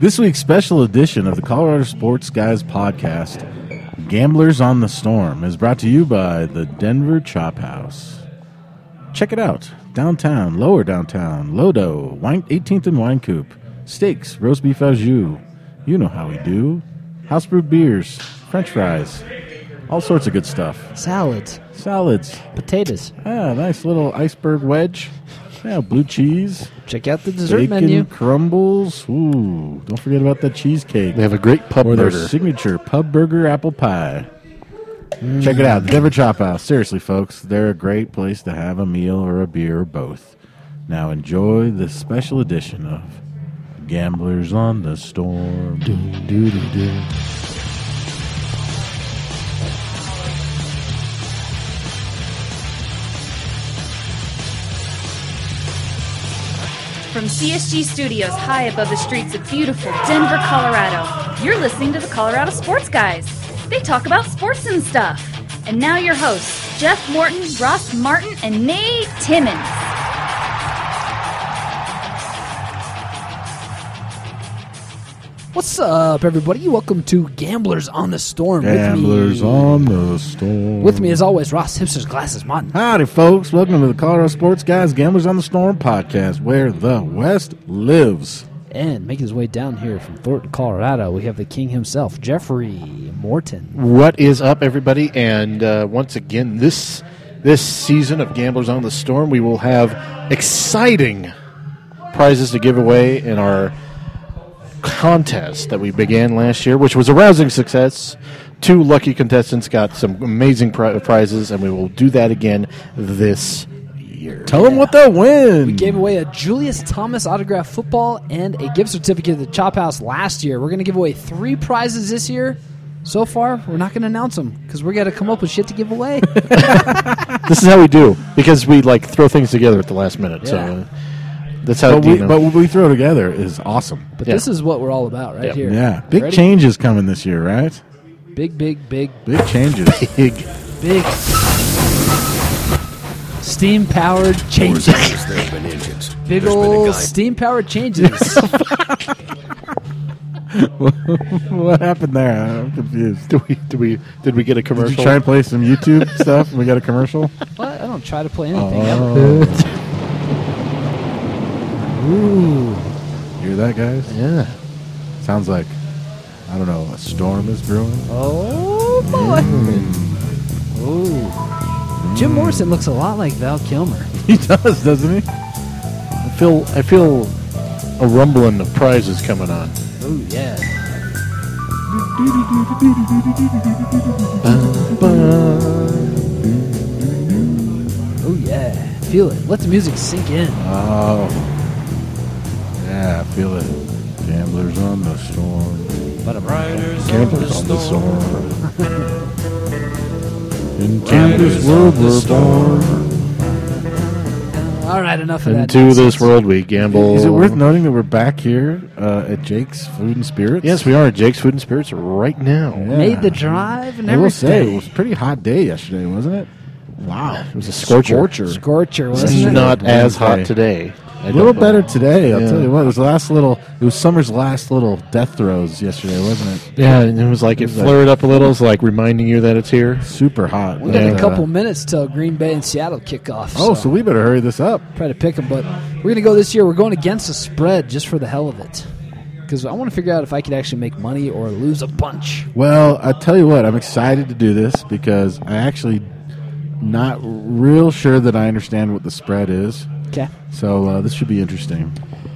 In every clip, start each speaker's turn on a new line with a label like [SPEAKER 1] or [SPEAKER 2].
[SPEAKER 1] This week's special edition of the Colorado Sports Guys podcast, Gamblers on the Storm, is brought to you by the Denver Chop House. Check it out. Downtown, lower downtown, Lodo, Wine, 18th and Wine Coop, steaks, roast beef au jus. You know how we do. House brewed beers, french fries, all sorts of good stuff.
[SPEAKER 2] Salads,
[SPEAKER 1] Salads.
[SPEAKER 2] potatoes.
[SPEAKER 1] Ah, nice little iceberg wedge. Yeah, blue cheese,
[SPEAKER 2] Check out the dessert
[SPEAKER 1] bacon
[SPEAKER 2] menu.
[SPEAKER 1] crumbles. Ooh, don't forget about the cheesecake.
[SPEAKER 3] They have a great pub
[SPEAKER 1] or their
[SPEAKER 3] burger.
[SPEAKER 1] signature pub burger apple pie. Check it out, the Denver Chop House. Seriously, folks, they're a great place to have a meal or a beer or both. Now enjoy this special edition of Gamblers on the Storm.
[SPEAKER 4] From CSG Studios, high above the streets of beautiful Denver, Colorado, you're listening to the Colorado Sports Guys. They talk about sports and stuff. And now your hosts, Jeff Morton, Ross Martin, and Nate Timmons.
[SPEAKER 2] What's up, everybody? Welcome to Gamblers on the Storm.
[SPEAKER 1] Gamblers
[SPEAKER 2] with me,
[SPEAKER 1] on the Storm.
[SPEAKER 2] with me as always, Ross Hipsters Glasses Martin.
[SPEAKER 1] Howdy, folks. Welcome to the Colorado Sports Guys Gamblers on the Storm podcast, where the West lives.
[SPEAKER 2] And making his way down here from Thornton, Colorado, we have the king himself, Jeffrey Morton.
[SPEAKER 3] What is up, everybody? And uh, once again, this this season of Gamblers on the Storm, we will have exciting prizes to give away in our contest that we began last year, which was a rousing success. Two lucky contestants got some amazing pri- prizes, and we will do that again this year.
[SPEAKER 1] Tell them what they'll win.
[SPEAKER 2] We gave away a Julius Thomas autographed football and a gift certificate to the Chop House last year. We're going to give away three prizes this year. So far, we're not going to announce them because we're going to come up with shit to give away.
[SPEAKER 3] This is how we do because we like throw things together at the last minute. So
[SPEAKER 2] Yeah.
[SPEAKER 3] uh, that's how.
[SPEAKER 1] but,
[SPEAKER 3] do you
[SPEAKER 1] we,
[SPEAKER 3] know.
[SPEAKER 1] but what we throw together is awesome.
[SPEAKER 2] But
[SPEAKER 3] Yeah.
[SPEAKER 2] this is what we're all about right
[SPEAKER 3] Yeah.
[SPEAKER 2] here.
[SPEAKER 1] Yeah, big
[SPEAKER 2] Ready?
[SPEAKER 1] changes coming this year, right?
[SPEAKER 2] Big, big, big,
[SPEAKER 1] Big changes.
[SPEAKER 3] Big-
[SPEAKER 2] big steam powered changes. Big old steam powered changes.
[SPEAKER 1] What happened there? I'm confused.
[SPEAKER 3] Did we, did we did we get a commercial?
[SPEAKER 1] Did you try and play some YouTube stuff? We got a commercial.
[SPEAKER 2] what? I don't try to play anything.
[SPEAKER 1] Hear that, guys?
[SPEAKER 3] yeah.
[SPEAKER 1] Sounds like I don't know. A storm is brewing.
[SPEAKER 2] Oh boy. Oh. Jim Morrison looks a lot like Val Kilmer.
[SPEAKER 1] He does, doesn't he?
[SPEAKER 3] I feel I feel a rumbling of prizes coming on.
[SPEAKER 2] Oh yeah. Oh yeah. Feel it. Let the music sink in.
[SPEAKER 1] Oh, yeah. I feel it. Gamblers on the storm. Gamblers on the storm. In gambler's world, we're born.
[SPEAKER 2] All right, enough of that.
[SPEAKER 3] Into this
[SPEAKER 2] nonsense.
[SPEAKER 3] world we gamble.
[SPEAKER 1] Is it worth noting that we're back here uh, at Jake's Food and Spirits?
[SPEAKER 3] Yes, we are at Jake's Food and Spirits right now.
[SPEAKER 1] Yeah.
[SPEAKER 2] Made the drive and
[SPEAKER 1] I will say it
[SPEAKER 2] everything.
[SPEAKER 1] was a pretty hot day yesterday, wasn't it? Wow, it was
[SPEAKER 3] a scorcher.
[SPEAKER 2] Scorcher,
[SPEAKER 3] It's
[SPEAKER 2] wasn't it?
[SPEAKER 3] not
[SPEAKER 1] Wednesday.
[SPEAKER 3] as hot today.
[SPEAKER 1] A little better today, I'll
[SPEAKER 3] Yeah.
[SPEAKER 1] tell you what. It was the last little. It was summer's last little death throes yesterday, wasn't it?
[SPEAKER 3] Yeah, and it was like it
[SPEAKER 1] was like-
[SPEAKER 3] flared up a little. It's like reminding you that it's here.
[SPEAKER 1] Super hot.
[SPEAKER 2] We got
[SPEAKER 1] And,
[SPEAKER 2] a
[SPEAKER 1] uh,
[SPEAKER 2] couple minutes till Green Bay and Seattle kick off.
[SPEAKER 1] oh, so we better hurry this up.
[SPEAKER 2] try to pick them. But we're going to go this year. We're going against the spread just for the hell of it, because I want to figure out if I could actually make money or lose a bunch.
[SPEAKER 1] Well, I tell you what, I'm excited to do this because I actually not real sure that I understand what the spread is.
[SPEAKER 2] Okay.
[SPEAKER 1] So uh, this should be interesting.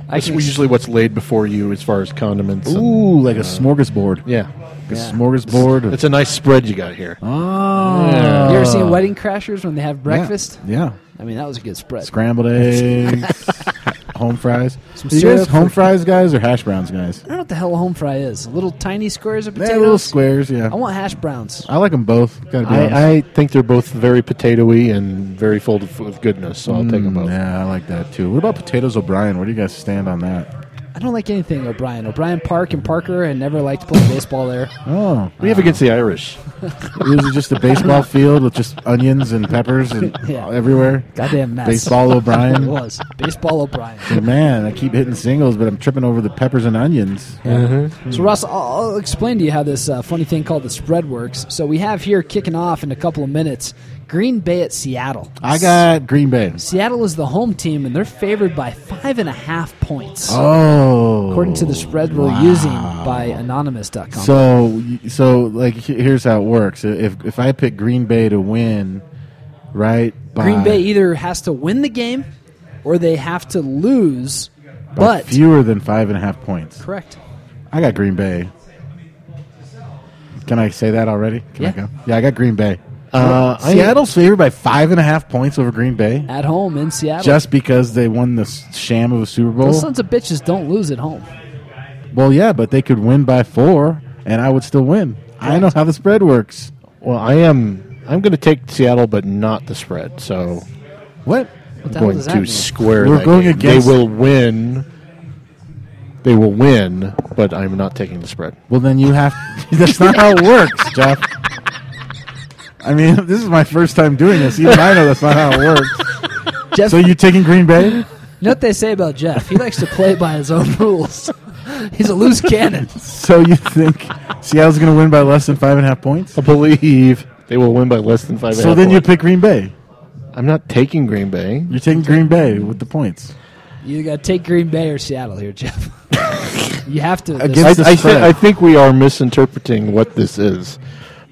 [SPEAKER 2] I
[SPEAKER 3] That's
[SPEAKER 2] can
[SPEAKER 3] usually what's laid before you as far as condiments. and-
[SPEAKER 1] Ooh, like a smorgasbord.
[SPEAKER 3] yeah,
[SPEAKER 1] Like a
[SPEAKER 2] Yeah.
[SPEAKER 1] smorgasbord. of-
[SPEAKER 3] it's a nice spread you got here.
[SPEAKER 1] oh,
[SPEAKER 3] Yeah.
[SPEAKER 2] You ever seen Wedding Crashers when they have breakfast?
[SPEAKER 1] Yeah. yeah.
[SPEAKER 2] I mean, that was a good spread.
[SPEAKER 1] Scrambled eggs, home fries.
[SPEAKER 2] Some
[SPEAKER 1] Are you guys
[SPEAKER 2] syrup
[SPEAKER 1] home
[SPEAKER 2] for-
[SPEAKER 1] fries guys or hash browns guys?
[SPEAKER 2] I don't know what the hell a home fry is. Little tiny squares of
[SPEAKER 1] They're
[SPEAKER 2] potatoes.
[SPEAKER 1] little squares, yeah.
[SPEAKER 2] I want hash browns.
[SPEAKER 1] I like them both. Gotta be honest.
[SPEAKER 3] I, I think they're both very potatoy and very full of, of goodness, so I'll take them both.
[SPEAKER 1] Mm, yeah, I like that too. What about potatoes O'Brien? Where do you guys stand on that?
[SPEAKER 2] I don't like anything O'Brien. O'Brien Park and Parker, and never liked playing baseball there.
[SPEAKER 1] Oh,
[SPEAKER 3] We have against the Irish.
[SPEAKER 1] is it just a baseball field with just onions and peppers and
[SPEAKER 2] Yeah.
[SPEAKER 1] everywhere?
[SPEAKER 2] Goddamn mess.
[SPEAKER 1] Baseball
[SPEAKER 2] It
[SPEAKER 1] O'Brien.
[SPEAKER 2] was baseball O'Brien.
[SPEAKER 1] Man, I keep hitting singles, but I'm tripping over the peppers and onions.
[SPEAKER 2] So Russ, I'll, I'll explain to you how this uh, funny thing called the spread works. So we have here kicking off in a couple of minutes, Green Bay at Seattle.
[SPEAKER 1] I got Green Bay.
[SPEAKER 2] Seattle is the home team, and they're favored by five and a half points,
[SPEAKER 1] Oh,
[SPEAKER 2] according to the spread we're using by anonymous.com.
[SPEAKER 1] So, so like, he- here's how it works. If if I pick Green Bay to win, right? By
[SPEAKER 2] Green Bay either has to win the game or they have to lose,
[SPEAKER 1] by
[SPEAKER 2] but
[SPEAKER 1] fewer than five and a half points.
[SPEAKER 2] correct.
[SPEAKER 1] I got Green Bay. Can I say that already? Can
[SPEAKER 2] Yeah.
[SPEAKER 1] I go? Yeah, I got Green Bay.
[SPEAKER 3] Uh, I-
[SPEAKER 1] Seattle's favored by five and a half points over Green Bay,
[SPEAKER 2] At home in Seattle,
[SPEAKER 1] just because they won the s- sham of a Super Bowl.
[SPEAKER 2] those sons of bitches don't lose at home.
[SPEAKER 1] Well, yeah, but they could win by four, and I would still win. I know how the spread works.
[SPEAKER 3] Well, I am. I'm going to take Seattle, but not the spread. So
[SPEAKER 1] What?
[SPEAKER 2] What the
[SPEAKER 3] I'm
[SPEAKER 2] hell
[SPEAKER 3] going
[SPEAKER 2] does
[SPEAKER 3] to
[SPEAKER 2] that mean?
[SPEAKER 3] square.
[SPEAKER 1] We're
[SPEAKER 3] that
[SPEAKER 1] going
[SPEAKER 3] game.
[SPEAKER 1] against-
[SPEAKER 3] They will win. They will win, but I'm not taking the spread.
[SPEAKER 1] Well, then you have. that's not how it works, Jeff. I mean, this is my first time doing this. Even I know that's not how it works.
[SPEAKER 2] Jeff,
[SPEAKER 1] So you taking Green Bay?
[SPEAKER 2] you know what they say about Jeff? He likes to play by his own rules. He's a loose cannon.
[SPEAKER 1] So you think Seattle's going to win by less than five and a half points?
[SPEAKER 3] I believe they will win by less than five. and a
[SPEAKER 1] So
[SPEAKER 3] half
[SPEAKER 1] then you
[SPEAKER 3] points.
[SPEAKER 1] pick Green Bay.
[SPEAKER 3] I'm not taking Green Bay.
[SPEAKER 1] You're taking Green Bay with the points.
[SPEAKER 2] You got to take Green Bay or Seattle here, Jeff. you have to.
[SPEAKER 1] Against-
[SPEAKER 3] I,
[SPEAKER 1] It's the
[SPEAKER 3] I, thi-
[SPEAKER 1] spread.
[SPEAKER 3] I think we are misinterpreting what this is,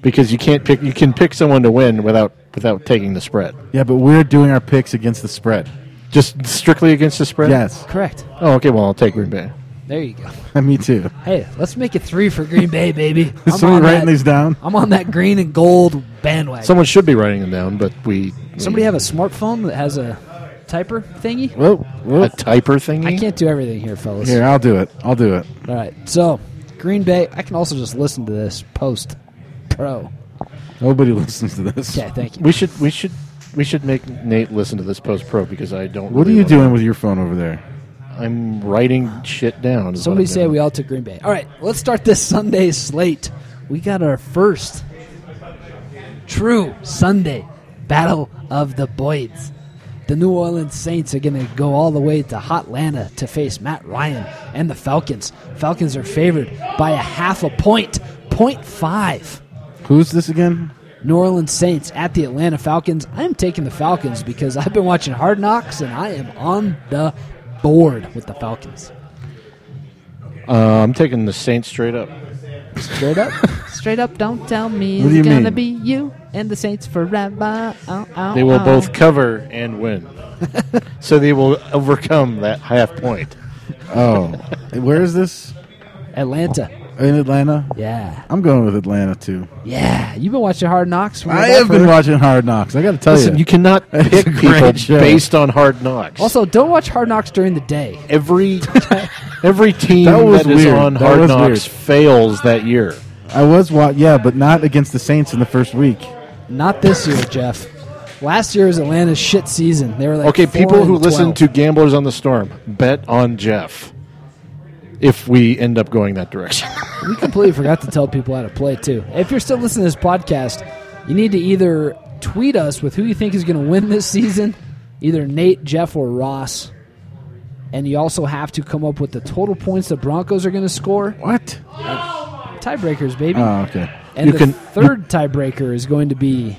[SPEAKER 3] because you can't pick. You can pick someone to win without without taking the spread.
[SPEAKER 1] Yeah, but we're doing our picks against the spread.
[SPEAKER 3] Just strictly against the spread.
[SPEAKER 1] Yes,
[SPEAKER 2] correct.
[SPEAKER 3] Oh, okay. Well, I'll take Green Bay.
[SPEAKER 2] There you go.
[SPEAKER 1] me too.
[SPEAKER 2] Hey, let's make it three for Green Bay, baby. I'm on
[SPEAKER 1] Somebody writing
[SPEAKER 2] that-
[SPEAKER 1] these down.
[SPEAKER 2] I'm on that green and gold bandwagon.
[SPEAKER 3] Someone should be writing them down, but we.
[SPEAKER 2] Somebody have a smartphone that has a typer thingy?
[SPEAKER 1] Whoa,
[SPEAKER 3] a
[SPEAKER 1] whoa.
[SPEAKER 3] typer thingy.
[SPEAKER 2] I can't do everything here, fellas.
[SPEAKER 1] Here, I'll do it. I'll do it.
[SPEAKER 2] All right. So, Green Bay, I can also just listen to this post pro.
[SPEAKER 1] Nobody listens to this.
[SPEAKER 2] Okay, thank you.
[SPEAKER 3] We should we should we should make Nate listen to this post pro because I don't.
[SPEAKER 1] What are
[SPEAKER 3] really
[SPEAKER 1] you
[SPEAKER 3] wanna-
[SPEAKER 1] doing with your phone over there?
[SPEAKER 3] I'm writing shit down. is what
[SPEAKER 2] Somebody
[SPEAKER 3] I'm
[SPEAKER 2] say
[SPEAKER 3] doing.
[SPEAKER 2] we all took Green Bay. All right, let's start this Sunday slate. We got our first true Sunday battle of the Boyds. The New Orleans Saints are going to go all the way to Hotlanta to face Matt Ryan and the Falcons. Falcons are favored by a half a point, point five.
[SPEAKER 1] Who's this again?
[SPEAKER 2] New Orleans Saints at the Atlanta Falcons. I am taking the Falcons because I've been watching Hard Knocks and I am on the board with the Falcons.
[SPEAKER 3] Uh, I'm taking the Saints straight up.
[SPEAKER 2] Straight up, straight up. Don't tell me
[SPEAKER 1] What do
[SPEAKER 2] it's
[SPEAKER 1] you
[SPEAKER 2] gonna
[SPEAKER 1] mean?
[SPEAKER 2] be you and the Saints forever. Uh, Ow, ow,
[SPEAKER 3] They will
[SPEAKER 1] Oh.
[SPEAKER 2] ow.
[SPEAKER 3] both cover and win, so they will overcome that half point.
[SPEAKER 1] Oh, where is this?
[SPEAKER 2] Atlanta.
[SPEAKER 1] In Atlanta?
[SPEAKER 2] Yeah,
[SPEAKER 1] I'm going with Atlanta too.
[SPEAKER 2] yeah. You've been watching Hard Knocks. Remember
[SPEAKER 1] I
[SPEAKER 2] that
[SPEAKER 1] have been
[SPEAKER 2] for-
[SPEAKER 1] watching Hard Knocks. I got to tell
[SPEAKER 3] Listen,
[SPEAKER 1] you.
[SPEAKER 3] you cannot
[SPEAKER 1] It's
[SPEAKER 3] pick
[SPEAKER 1] Oh, a great
[SPEAKER 3] people
[SPEAKER 1] show.
[SPEAKER 3] based on hard knocks.
[SPEAKER 2] Also, don't watch Hard Knocks during the day.
[SPEAKER 3] every every team
[SPEAKER 1] That
[SPEAKER 3] that
[SPEAKER 1] was
[SPEAKER 3] is
[SPEAKER 1] weird.
[SPEAKER 3] on
[SPEAKER 1] That
[SPEAKER 3] hard
[SPEAKER 1] was
[SPEAKER 3] knocks
[SPEAKER 1] weird.
[SPEAKER 3] fails that year.
[SPEAKER 1] I was wa- yeah, but not against the Saints in the first week.
[SPEAKER 2] Not this year, Jeff. Last year was Atlanta's shit season. They were like
[SPEAKER 3] Okay,
[SPEAKER 2] four
[SPEAKER 3] people
[SPEAKER 2] and
[SPEAKER 3] who listen
[SPEAKER 2] 12.
[SPEAKER 3] to Gamblers on the Storm, bet on Jeff. If we end up going that direction,
[SPEAKER 2] We completely forgot to tell people how to play too. If you're still listening to this podcast, you need to either tweet us with who you think is going to win this season, either Nate, Jeff, or Ross. And you also have to come up with the total points the Broncos are going to score.
[SPEAKER 1] What?
[SPEAKER 2] Tiebreakers, baby.
[SPEAKER 1] Oh, okay.
[SPEAKER 2] and
[SPEAKER 3] you
[SPEAKER 2] the
[SPEAKER 3] can-
[SPEAKER 2] third tiebreaker is going to be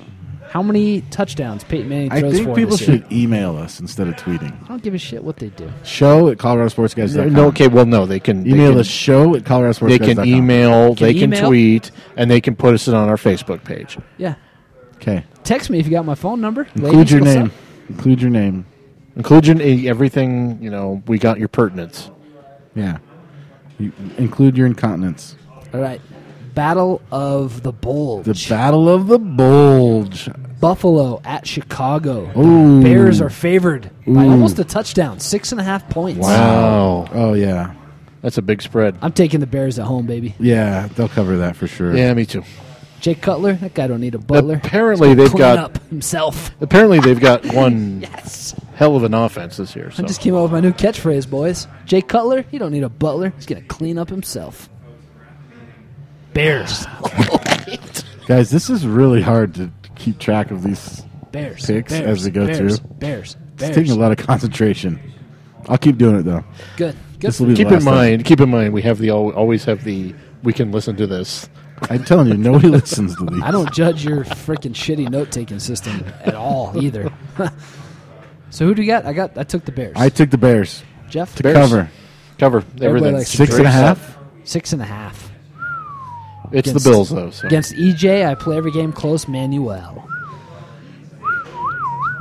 [SPEAKER 2] how many touchdowns Peyton Manning
[SPEAKER 1] I
[SPEAKER 2] throws
[SPEAKER 1] think
[SPEAKER 2] for
[SPEAKER 1] people
[SPEAKER 2] this year.
[SPEAKER 1] should email us instead of tweeting.
[SPEAKER 2] I don't give a shit what they do.
[SPEAKER 1] Show at coloradosportsguys.com.
[SPEAKER 3] no. Okay, well, no, they can they
[SPEAKER 1] Email
[SPEAKER 3] can-
[SPEAKER 1] us show at coloradosportsguys.com.
[SPEAKER 3] They can email,
[SPEAKER 2] Can
[SPEAKER 3] they can
[SPEAKER 2] email?
[SPEAKER 3] tweet, and they can put us on our Facebook page.
[SPEAKER 2] Yeah.
[SPEAKER 1] Okay.
[SPEAKER 2] Text me if you got my phone number.
[SPEAKER 1] Include
[SPEAKER 2] Ladies,
[SPEAKER 1] your
[SPEAKER 2] what's up?
[SPEAKER 1] name. Include your name.
[SPEAKER 3] Inclusion, eh, everything, you know, we got your pertinence.
[SPEAKER 1] Yeah. You, include your incontinence.
[SPEAKER 2] All right. Battle of the Bulge.
[SPEAKER 1] The Battle of the Bulge.
[SPEAKER 2] Buffalo at Chicago.
[SPEAKER 1] Ooh.
[SPEAKER 2] Bears are favored by almost a touchdown, six and a half points.
[SPEAKER 3] Wow.
[SPEAKER 1] Oh yeah,
[SPEAKER 3] That's a big spread.
[SPEAKER 2] I'm taking the Bears at home, baby.
[SPEAKER 1] yeah. They'll cover that for sure.
[SPEAKER 3] Yeah, me too.
[SPEAKER 2] Jake Cutler, that guy don't need a butler.
[SPEAKER 3] Apparently
[SPEAKER 2] He's gonna
[SPEAKER 3] they've
[SPEAKER 2] clean
[SPEAKER 3] got-
[SPEAKER 2] up himself.
[SPEAKER 3] Apparently, they've got one
[SPEAKER 2] Yes.
[SPEAKER 3] hell of an offense this year.
[SPEAKER 2] I
[SPEAKER 3] So.
[SPEAKER 2] just came up with my new catchphrase, boys. Jake Cutler, he don't need a butler. He's gonna clean up himself. Bears.
[SPEAKER 1] Guys, this is really hard to keep track of these.
[SPEAKER 2] Bears.
[SPEAKER 1] Picks
[SPEAKER 2] Bears,
[SPEAKER 1] as we go
[SPEAKER 2] Bears,
[SPEAKER 1] through.
[SPEAKER 2] Bears.
[SPEAKER 1] It's
[SPEAKER 2] Bears.
[SPEAKER 1] taking a lot of concentration. I'll keep doing it though.
[SPEAKER 2] Good. Good.
[SPEAKER 1] This
[SPEAKER 2] For
[SPEAKER 1] will be the
[SPEAKER 2] you.
[SPEAKER 3] Keep in
[SPEAKER 1] last time.
[SPEAKER 3] mind, keep in mind, we have the al- always have the we can listen to this.
[SPEAKER 1] I'm telling you, nobody listens to these.
[SPEAKER 2] I don't judge your freaking shitty note taking system at all either. so who do you got? I got I took the Bears.
[SPEAKER 1] I took the Bears
[SPEAKER 2] Jeff
[SPEAKER 1] to
[SPEAKER 3] Bears.
[SPEAKER 1] cover
[SPEAKER 3] Cover everything.
[SPEAKER 2] likes to
[SPEAKER 1] six and a
[SPEAKER 3] Drake's up.
[SPEAKER 1] half.
[SPEAKER 2] six and a half.
[SPEAKER 3] It's
[SPEAKER 2] Against-
[SPEAKER 3] the Bills though. So.
[SPEAKER 2] Against EJ, I play every game close, Manuel.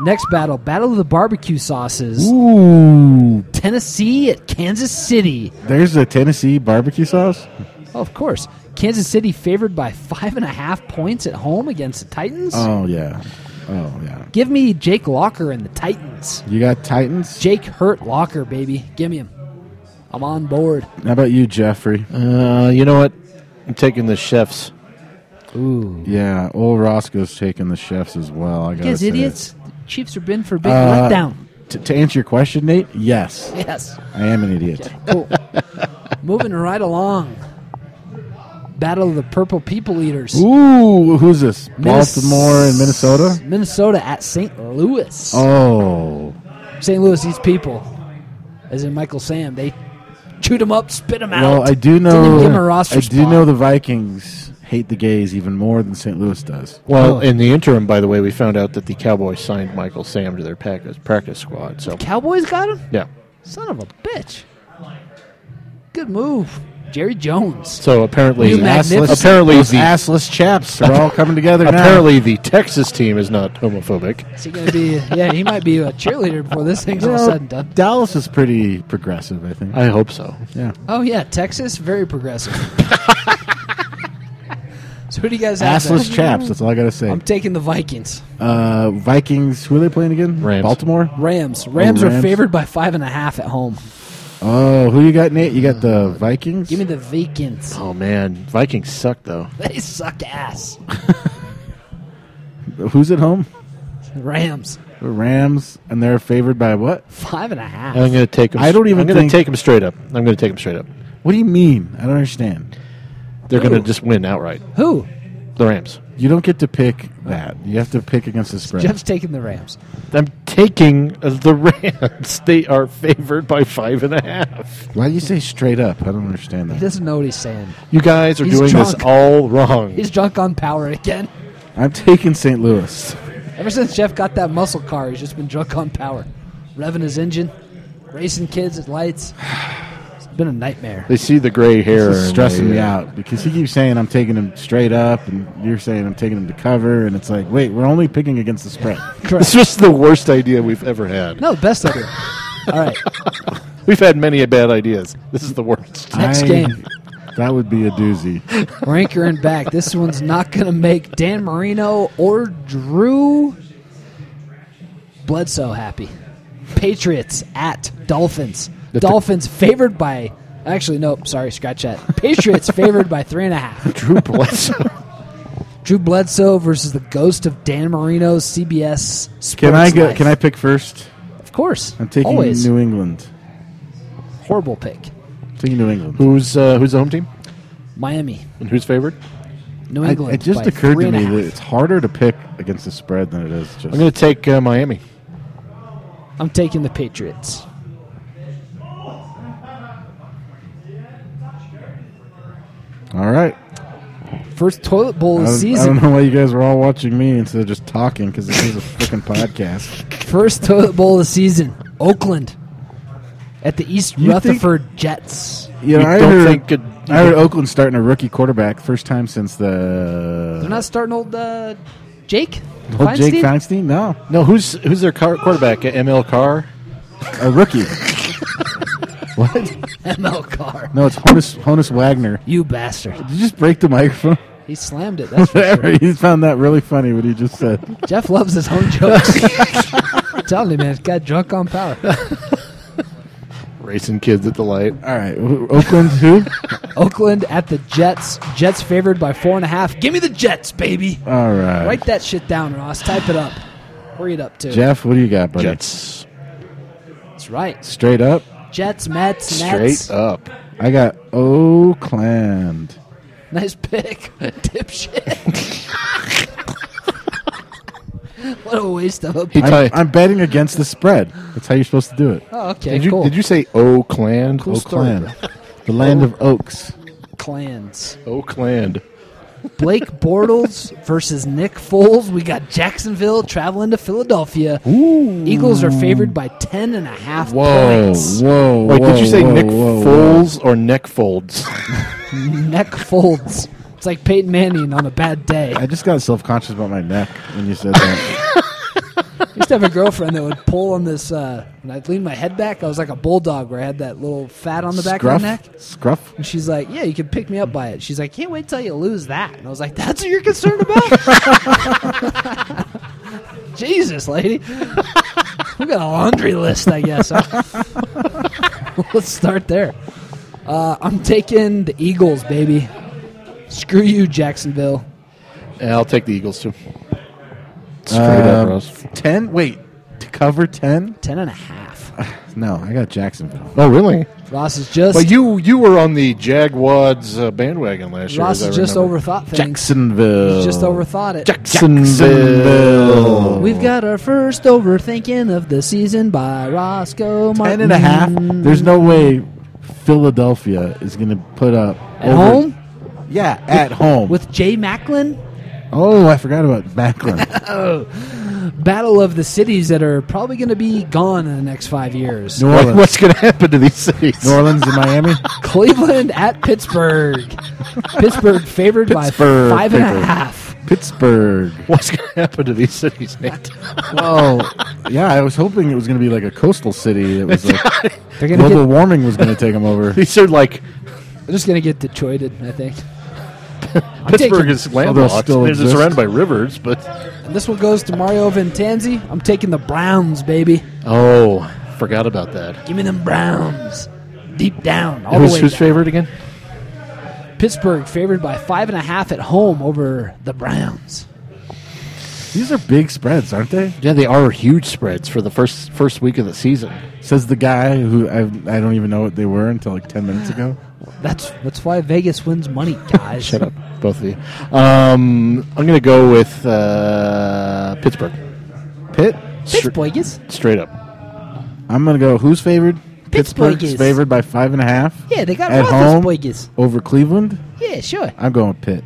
[SPEAKER 2] Next battle, Battle of the Barbecue Sauces.
[SPEAKER 1] Ooh,
[SPEAKER 2] Tennessee at Kansas City.
[SPEAKER 1] there's a Tennessee barbecue sauce.
[SPEAKER 2] Oh, of course. Kansas City favored by five and a half points at home against the Titans.
[SPEAKER 3] Uh.
[SPEAKER 1] Oh yeah, oh yeah.
[SPEAKER 2] Give me Jake Locker and the Titans.
[SPEAKER 1] You got Titans.
[SPEAKER 2] Jake Hurt Locker, baby. Give me him. I'm on board.
[SPEAKER 1] How about you, Jeffrey?
[SPEAKER 3] Uh, you know what? I'm taking the chefs.
[SPEAKER 2] Ooh.
[SPEAKER 1] Yeah, old Roscoe's taking the chefs as well. I
[SPEAKER 2] You
[SPEAKER 1] got
[SPEAKER 2] guys idiots. Chiefs are been for a big
[SPEAKER 1] Uh,
[SPEAKER 2] letdown.
[SPEAKER 1] T- to answer your question, Nate, yes,
[SPEAKER 2] Yes.
[SPEAKER 1] I am an idiot.
[SPEAKER 2] Cool. Moving right along. Battle of the Purple People Eaters.
[SPEAKER 1] Ooh, who's this?
[SPEAKER 2] Minnes-
[SPEAKER 1] Baltimore and Minnesota.
[SPEAKER 2] Minnesota at St. Louis.
[SPEAKER 1] Oh,
[SPEAKER 2] St. Louis, these people, as in Michael Sam, they chewed him up, spit him out.
[SPEAKER 1] well, I do
[SPEAKER 2] Didn't even
[SPEAKER 1] know.
[SPEAKER 2] give him a roster
[SPEAKER 1] I do
[SPEAKER 2] spot.
[SPEAKER 1] know the Vikings hate the gays even more than St. Louis does.
[SPEAKER 3] Well, in the interim, by the way, we found out that the Cowboys signed Michael Sam to their practice practice squad. So
[SPEAKER 2] Cowboys got him?
[SPEAKER 3] yeah.
[SPEAKER 2] Son of a bitch. Good move. Jerry Jones.
[SPEAKER 3] So apparently,
[SPEAKER 2] You magnificent-
[SPEAKER 3] apparently
[SPEAKER 1] Those
[SPEAKER 3] the
[SPEAKER 1] assless chaps are all coming together now.
[SPEAKER 3] apparently the Texas team is not homophobic.
[SPEAKER 2] Is he going to be, yeah, he might be a cheerleader before this thing's
[SPEAKER 1] You know,
[SPEAKER 2] all said and done.
[SPEAKER 1] Dallas is pretty progressive, I think.
[SPEAKER 3] I hope so.
[SPEAKER 1] yeah,
[SPEAKER 2] Oh, yeah, Texas, very progressive. so who do you guys have? there?
[SPEAKER 1] assless chaps. That's all I gotta say.
[SPEAKER 2] I'm taking the Vikings.
[SPEAKER 1] Uh, Vikings. Who are they playing again?
[SPEAKER 3] Rams.
[SPEAKER 1] Baltimore.
[SPEAKER 2] Rams. Rams, are
[SPEAKER 1] Rams.
[SPEAKER 2] favored by five and a half at home.
[SPEAKER 1] Oh, who you got, Nate? You got the Vikings.
[SPEAKER 2] Give me the Vikings.
[SPEAKER 3] Oh man, Vikings suck though.
[SPEAKER 2] They suck ass.
[SPEAKER 1] Who's at home?
[SPEAKER 2] Rams.
[SPEAKER 1] The Rams, and they're favored by what?
[SPEAKER 2] Five and a half.
[SPEAKER 3] I'm going to take. 'em-
[SPEAKER 1] I don't even
[SPEAKER 3] I'm going
[SPEAKER 1] think-
[SPEAKER 3] to take them straight up. I'm going to take them straight up.
[SPEAKER 1] What do you mean? I don't understand.
[SPEAKER 3] They're going to
[SPEAKER 1] Oh.
[SPEAKER 2] Ooh.
[SPEAKER 3] just win outright.
[SPEAKER 2] Who?
[SPEAKER 3] The Rams.
[SPEAKER 1] You don't get to pick that. You have to pick against the spread.
[SPEAKER 2] Jeff's taking the Rams.
[SPEAKER 3] I'm taking uh, the Rams. They are favored by five and a half.
[SPEAKER 1] Why do you say straight up? I don't understand
[SPEAKER 2] He
[SPEAKER 1] that.
[SPEAKER 2] doesn't know what he's saying.
[SPEAKER 3] You guys are
[SPEAKER 2] He's
[SPEAKER 3] doing
[SPEAKER 2] drunk.
[SPEAKER 3] this all wrong.
[SPEAKER 2] He's drunk on power again.
[SPEAKER 1] I'm taking St. Louis.
[SPEAKER 2] Ever since Jeff got that muscle car, he's just been drunk on power. Revving his engine, racing kids at lights. It's been a nightmare.
[SPEAKER 3] they see the gray hair.
[SPEAKER 1] This is
[SPEAKER 3] and
[SPEAKER 1] stressing
[SPEAKER 3] they,
[SPEAKER 1] me
[SPEAKER 3] uh,
[SPEAKER 1] out because he keeps saying I'm taking him straight up, and you're saying I'm taking him to cover, and it's like, wait, we're only picking against the spread.
[SPEAKER 3] It's
[SPEAKER 2] Correct.
[SPEAKER 3] just the worst idea we've ever had.
[SPEAKER 2] No, best idea. All right.
[SPEAKER 3] We've had many bad ideas. This is the worst.
[SPEAKER 2] Next
[SPEAKER 1] I-
[SPEAKER 2] game.
[SPEAKER 1] That would be a doozy.
[SPEAKER 2] We're anchoring back. This one's not going to make Dan Marino or Drew Bledsoe happy. Patriots at Dolphins. Dolphins favored by. Actually, nope. Sorry, scratch that. Patriots favored by three and a half.
[SPEAKER 3] Drew Bledsoe.
[SPEAKER 2] Drew Bledsoe versus the ghost of Dan Marino's CBS Sports.
[SPEAKER 1] Can I go?
[SPEAKER 2] Life.
[SPEAKER 1] Can I pick first?
[SPEAKER 2] Of course.
[SPEAKER 1] I'm taking
[SPEAKER 2] Always.
[SPEAKER 1] New England.
[SPEAKER 2] Horrible pick.
[SPEAKER 1] I'm taking New England.
[SPEAKER 3] who's uh, who's the home team
[SPEAKER 2] Miami.
[SPEAKER 3] and who's favored?
[SPEAKER 2] New
[SPEAKER 1] I,
[SPEAKER 2] England.
[SPEAKER 1] it just
[SPEAKER 2] by
[SPEAKER 1] occurred
[SPEAKER 2] three
[SPEAKER 1] to
[SPEAKER 2] and a
[SPEAKER 1] me
[SPEAKER 2] half.
[SPEAKER 1] that it's harder to pick against the spread than it is just.
[SPEAKER 3] I'm going to take uh, Miami.
[SPEAKER 2] I'm taking the Patriots.
[SPEAKER 1] all right.
[SPEAKER 2] First toilet bowl
[SPEAKER 1] I
[SPEAKER 2] of the
[SPEAKER 1] don't, I
[SPEAKER 2] season.
[SPEAKER 1] don't know why you guys were all watching me instead of just talking because this is a freaking podcast.
[SPEAKER 2] First toilet bowl of the season, Oakland at the East
[SPEAKER 1] You think-
[SPEAKER 2] Rutherford Jets.
[SPEAKER 1] You know,
[SPEAKER 3] You
[SPEAKER 1] I
[SPEAKER 3] don't
[SPEAKER 1] heard,
[SPEAKER 3] think it-
[SPEAKER 1] I heard Oakland starting a rookie quarterback first time since the
[SPEAKER 2] They're not starting old uh, Jake.
[SPEAKER 1] old Jake
[SPEAKER 2] Feinstein?
[SPEAKER 1] Feinstein. No,
[SPEAKER 3] No, who's who's their car- quarterback? ML Carr.
[SPEAKER 1] a rookie. what?
[SPEAKER 2] ML Carr.
[SPEAKER 1] No, it's Honus, Honus Wagner.
[SPEAKER 2] You bastard.
[SPEAKER 1] Did you just break the microphone?
[SPEAKER 2] He slammed it. That's for sure.
[SPEAKER 1] There, he found that really funny what he just said.
[SPEAKER 2] Jeff loves his own jokes. I'm telling you, man, it got drunk on power.
[SPEAKER 3] Racing kids at the light.
[SPEAKER 1] All right, wh- Oakland who?
[SPEAKER 2] Oakland at the Jets. Jets favored by four and a half. Give me the Jets, baby.
[SPEAKER 1] All right,
[SPEAKER 2] Write that shit down, Ross. Type it up. Hurry it up, too.
[SPEAKER 1] Jeff, what do you got, buddy?
[SPEAKER 3] Jets.
[SPEAKER 2] That's right.
[SPEAKER 1] Straight up,
[SPEAKER 2] Jets, Mets, Nets.
[SPEAKER 3] Straight up.
[SPEAKER 1] I got Oakland.
[SPEAKER 2] Nice pick. Dipshit. what a waste of a pick.
[SPEAKER 1] I'm,
[SPEAKER 3] Tight.
[SPEAKER 1] I'm betting against the spread. That's how you're supposed to do it.
[SPEAKER 2] Oh, okay,
[SPEAKER 3] Did you,
[SPEAKER 2] cool.
[SPEAKER 3] did you say Oakland?
[SPEAKER 2] Cool story.
[SPEAKER 1] Oakland, the land of oaks.
[SPEAKER 2] Clans.
[SPEAKER 3] Oakland.
[SPEAKER 2] Blake Bortles versus Nick Foles. We got Jacksonville traveling to Philadelphia. Eagles are favored by ten and a half points.
[SPEAKER 1] whoa!
[SPEAKER 3] Wait, did you say Nick
[SPEAKER 1] Foles?
[SPEAKER 3] Foles or neck folds?
[SPEAKER 2] Neck folds. It's like Peyton Manning on a bad day.
[SPEAKER 1] I just got self conscious about my neck when you said that.
[SPEAKER 2] I used to have a girlfriend that would pull on this. Uh, when I'd lean my head back, I was like a bulldog where I had that little fat on the back
[SPEAKER 1] Scruff,
[SPEAKER 2] of my neck.
[SPEAKER 1] scruff.
[SPEAKER 2] And she's like, "Yeah, you can pick me up by it." She's like, "Can't wait till you lose that." And I was like, "That's what you're concerned about?" Jesus, lady, we got a laundry list, I guess. huh? Let's start there. Uh, I'm taking the Eagles, baby. Screw you, Jacksonville.
[SPEAKER 3] Yeah, I'll take the Eagles too. Straight
[SPEAKER 1] Um,
[SPEAKER 3] up, Ross.
[SPEAKER 1] Ten. Wait, to cover ten?
[SPEAKER 2] Ten and a half.
[SPEAKER 1] No, I got Jacksonville.
[SPEAKER 3] Oh, really?
[SPEAKER 2] Ross is just
[SPEAKER 3] But you you were on the Jaguars uh, bandwagon last year.
[SPEAKER 2] Ross
[SPEAKER 3] as I
[SPEAKER 2] has just
[SPEAKER 3] remember.
[SPEAKER 2] overthought things.
[SPEAKER 1] Jacksonville.
[SPEAKER 2] He's just overthought it.
[SPEAKER 1] Jacksonville.
[SPEAKER 2] We've got our first overthinking of the season by Roscoe Martin.
[SPEAKER 1] ten and a half. There's no way Philadelphia is going to put up
[SPEAKER 2] At home
[SPEAKER 1] Yeah, at home.
[SPEAKER 2] with Jay Macklin.
[SPEAKER 1] oh, I forgot about Macklin.
[SPEAKER 2] Battle of the cities that are probably going to be gone in the next five years.
[SPEAKER 1] New
[SPEAKER 3] What-
[SPEAKER 1] Orleans.
[SPEAKER 3] what's going to happen to these cities?
[SPEAKER 1] New Orleans and Miami.
[SPEAKER 2] Cleveland at Pittsburgh. Pittsburgh favored
[SPEAKER 1] Pittsburgh,
[SPEAKER 2] by five and a
[SPEAKER 1] Pittsburgh.
[SPEAKER 2] half.
[SPEAKER 1] Pittsburgh.
[SPEAKER 3] What's going to happen to these cities, Nate?
[SPEAKER 1] Whoa. yeah, I was hoping it was going to be like a coastal city that was like
[SPEAKER 2] They're gonna
[SPEAKER 1] global
[SPEAKER 2] get,
[SPEAKER 1] warming was going to take them over.
[SPEAKER 3] these are like
[SPEAKER 2] they're just going to get Detroited, I think. I'm
[SPEAKER 3] Pittsburgh
[SPEAKER 2] taking,
[SPEAKER 3] is landlocked.
[SPEAKER 1] still
[SPEAKER 3] They're just
[SPEAKER 1] exist.
[SPEAKER 3] surrounded by rivers, but
[SPEAKER 2] and this one goes to Mario Vintanzi. I'm taking the Browns, baby.
[SPEAKER 3] oh, forgot about that.
[SPEAKER 2] Give me them Browns. Deep down, all
[SPEAKER 3] Who's,
[SPEAKER 2] the way
[SPEAKER 3] who's
[SPEAKER 2] down.
[SPEAKER 3] favorite again?
[SPEAKER 2] Pittsburgh favored by five and a half at home over the Browns.
[SPEAKER 1] These are big spreads, aren't they?
[SPEAKER 3] Yeah, they are huge spreads for the first first week of the season.
[SPEAKER 1] Says the guy who I, I don't even know what they were until like 10 minutes ago.
[SPEAKER 2] That's that's why Vegas wins money, guys.
[SPEAKER 3] Shut up, both of you. Um, I'm going to go with uh, Pittsburgh.
[SPEAKER 1] Pitt?
[SPEAKER 2] Pittsburghers.
[SPEAKER 3] Straight up.
[SPEAKER 1] I'm going to go who's favored?
[SPEAKER 2] Pittsburgh
[SPEAKER 1] Pittsburgh's
[SPEAKER 2] is.
[SPEAKER 1] favored by five and a half.
[SPEAKER 2] Yeah, they got
[SPEAKER 1] At home
[SPEAKER 2] Roethlisberger's.
[SPEAKER 1] over Cleveland.
[SPEAKER 2] Yeah, sure.
[SPEAKER 1] I'm going Pitt.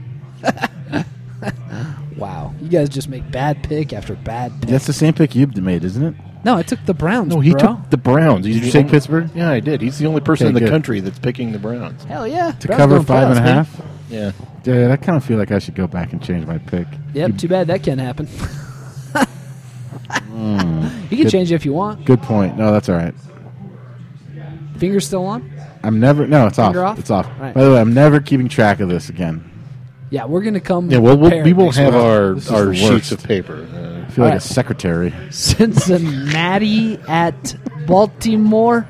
[SPEAKER 2] Wow, you guys just make bad pick after bad pick.
[SPEAKER 1] That's the same pick you've made, isn't it?
[SPEAKER 2] No, I took the Browns.
[SPEAKER 3] No, he
[SPEAKER 2] bro.
[SPEAKER 3] took the Browns. Did
[SPEAKER 1] you say Pittsburgh?
[SPEAKER 3] Yeah, I did. He's the only person
[SPEAKER 1] Okay,
[SPEAKER 3] in the
[SPEAKER 1] good.
[SPEAKER 3] country that's picking the Browns.
[SPEAKER 2] Hell yeah.
[SPEAKER 1] To cover five and a half.
[SPEAKER 3] Yeah.
[SPEAKER 1] Dude, I kind of feel like I should go back and change my pick.
[SPEAKER 2] Yep. Too bad that can't happen.
[SPEAKER 1] Hmm.
[SPEAKER 2] you can change it if you want.
[SPEAKER 1] Good point. No, that's all right.
[SPEAKER 2] Fingers still on.
[SPEAKER 1] I'm never. No, it's off.
[SPEAKER 2] Finger off?
[SPEAKER 1] It's off.
[SPEAKER 2] All right.
[SPEAKER 1] By the way, I'm never keeping track of this again.
[SPEAKER 2] Yeah, we're gonna come.
[SPEAKER 3] Yeah, well, we'll
[SPEAKER 2] prepared
[SPEAKER 3] we will
[SPEAKER 2] next
[SPEAKER 3] have
[SPEAKER 2] round.
[SPEAKER 3] our,
[SPEAKER 1] This is
[SPEAKER 3] our
[SPEAKER 1] the
[SPEAKER 3] sheets
[SPEAKER 1] worst.
[SPEAKER 3] of paper. Uh,
[SPEAKER 1] I feel
[SPEAKER 2] All
[SPEAKER 1] like
[SPEAKER 2] right.
[SPEAKER 1] a secretary.
[SPEAKER 2] Cincinnati at Baltimore.